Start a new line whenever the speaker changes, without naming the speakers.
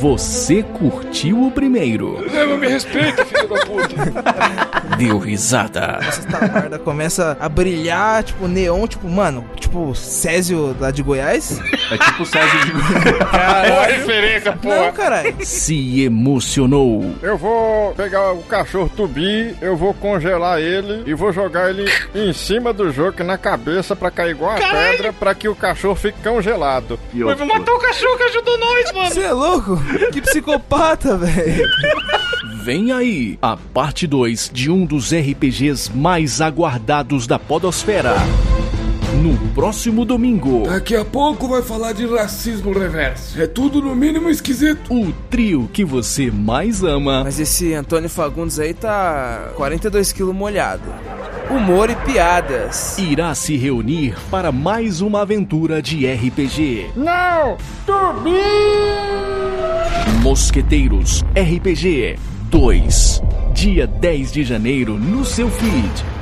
Você curtiu o primeiro?
Não, me respeita, filho da puta.
Deu risada.
Essa tabarda começa a brilhar, tipo, neon, tipo, mano, tipo Césio lá de Goiás.
É tipo Césio de
Goiás. Caralho. Boa referência, pô.
Não, caralho.
Se emocionou.
Eu vou pegar o cachorro tubi, eu vou congelar ele e vou jogar ele em cima do jogo na cabeça pra cair igual a caralho. pedra pra que o cachorro fique congelado.
Mas vou matar o cachorro que ajudou nós, mano.
Você é louco? Que psicopata, velho.
Vem aí a parte 2 de um dos RPGs mais aguardados da Podosfera. No próximo domingo.
Daqui a pouco vai falar de racismo reverso. É tudo no mínimo esquisito.
O trio que você mais ama.
Mas esse Antônio Fagundes aí tá 42 quilos molhado humor e piadas.
Irá se reunir para mais uma aventura de RPG.
Não! Tubi!
Mosqueteiros RPG 2. Dia 10 de janeiro no seu feed.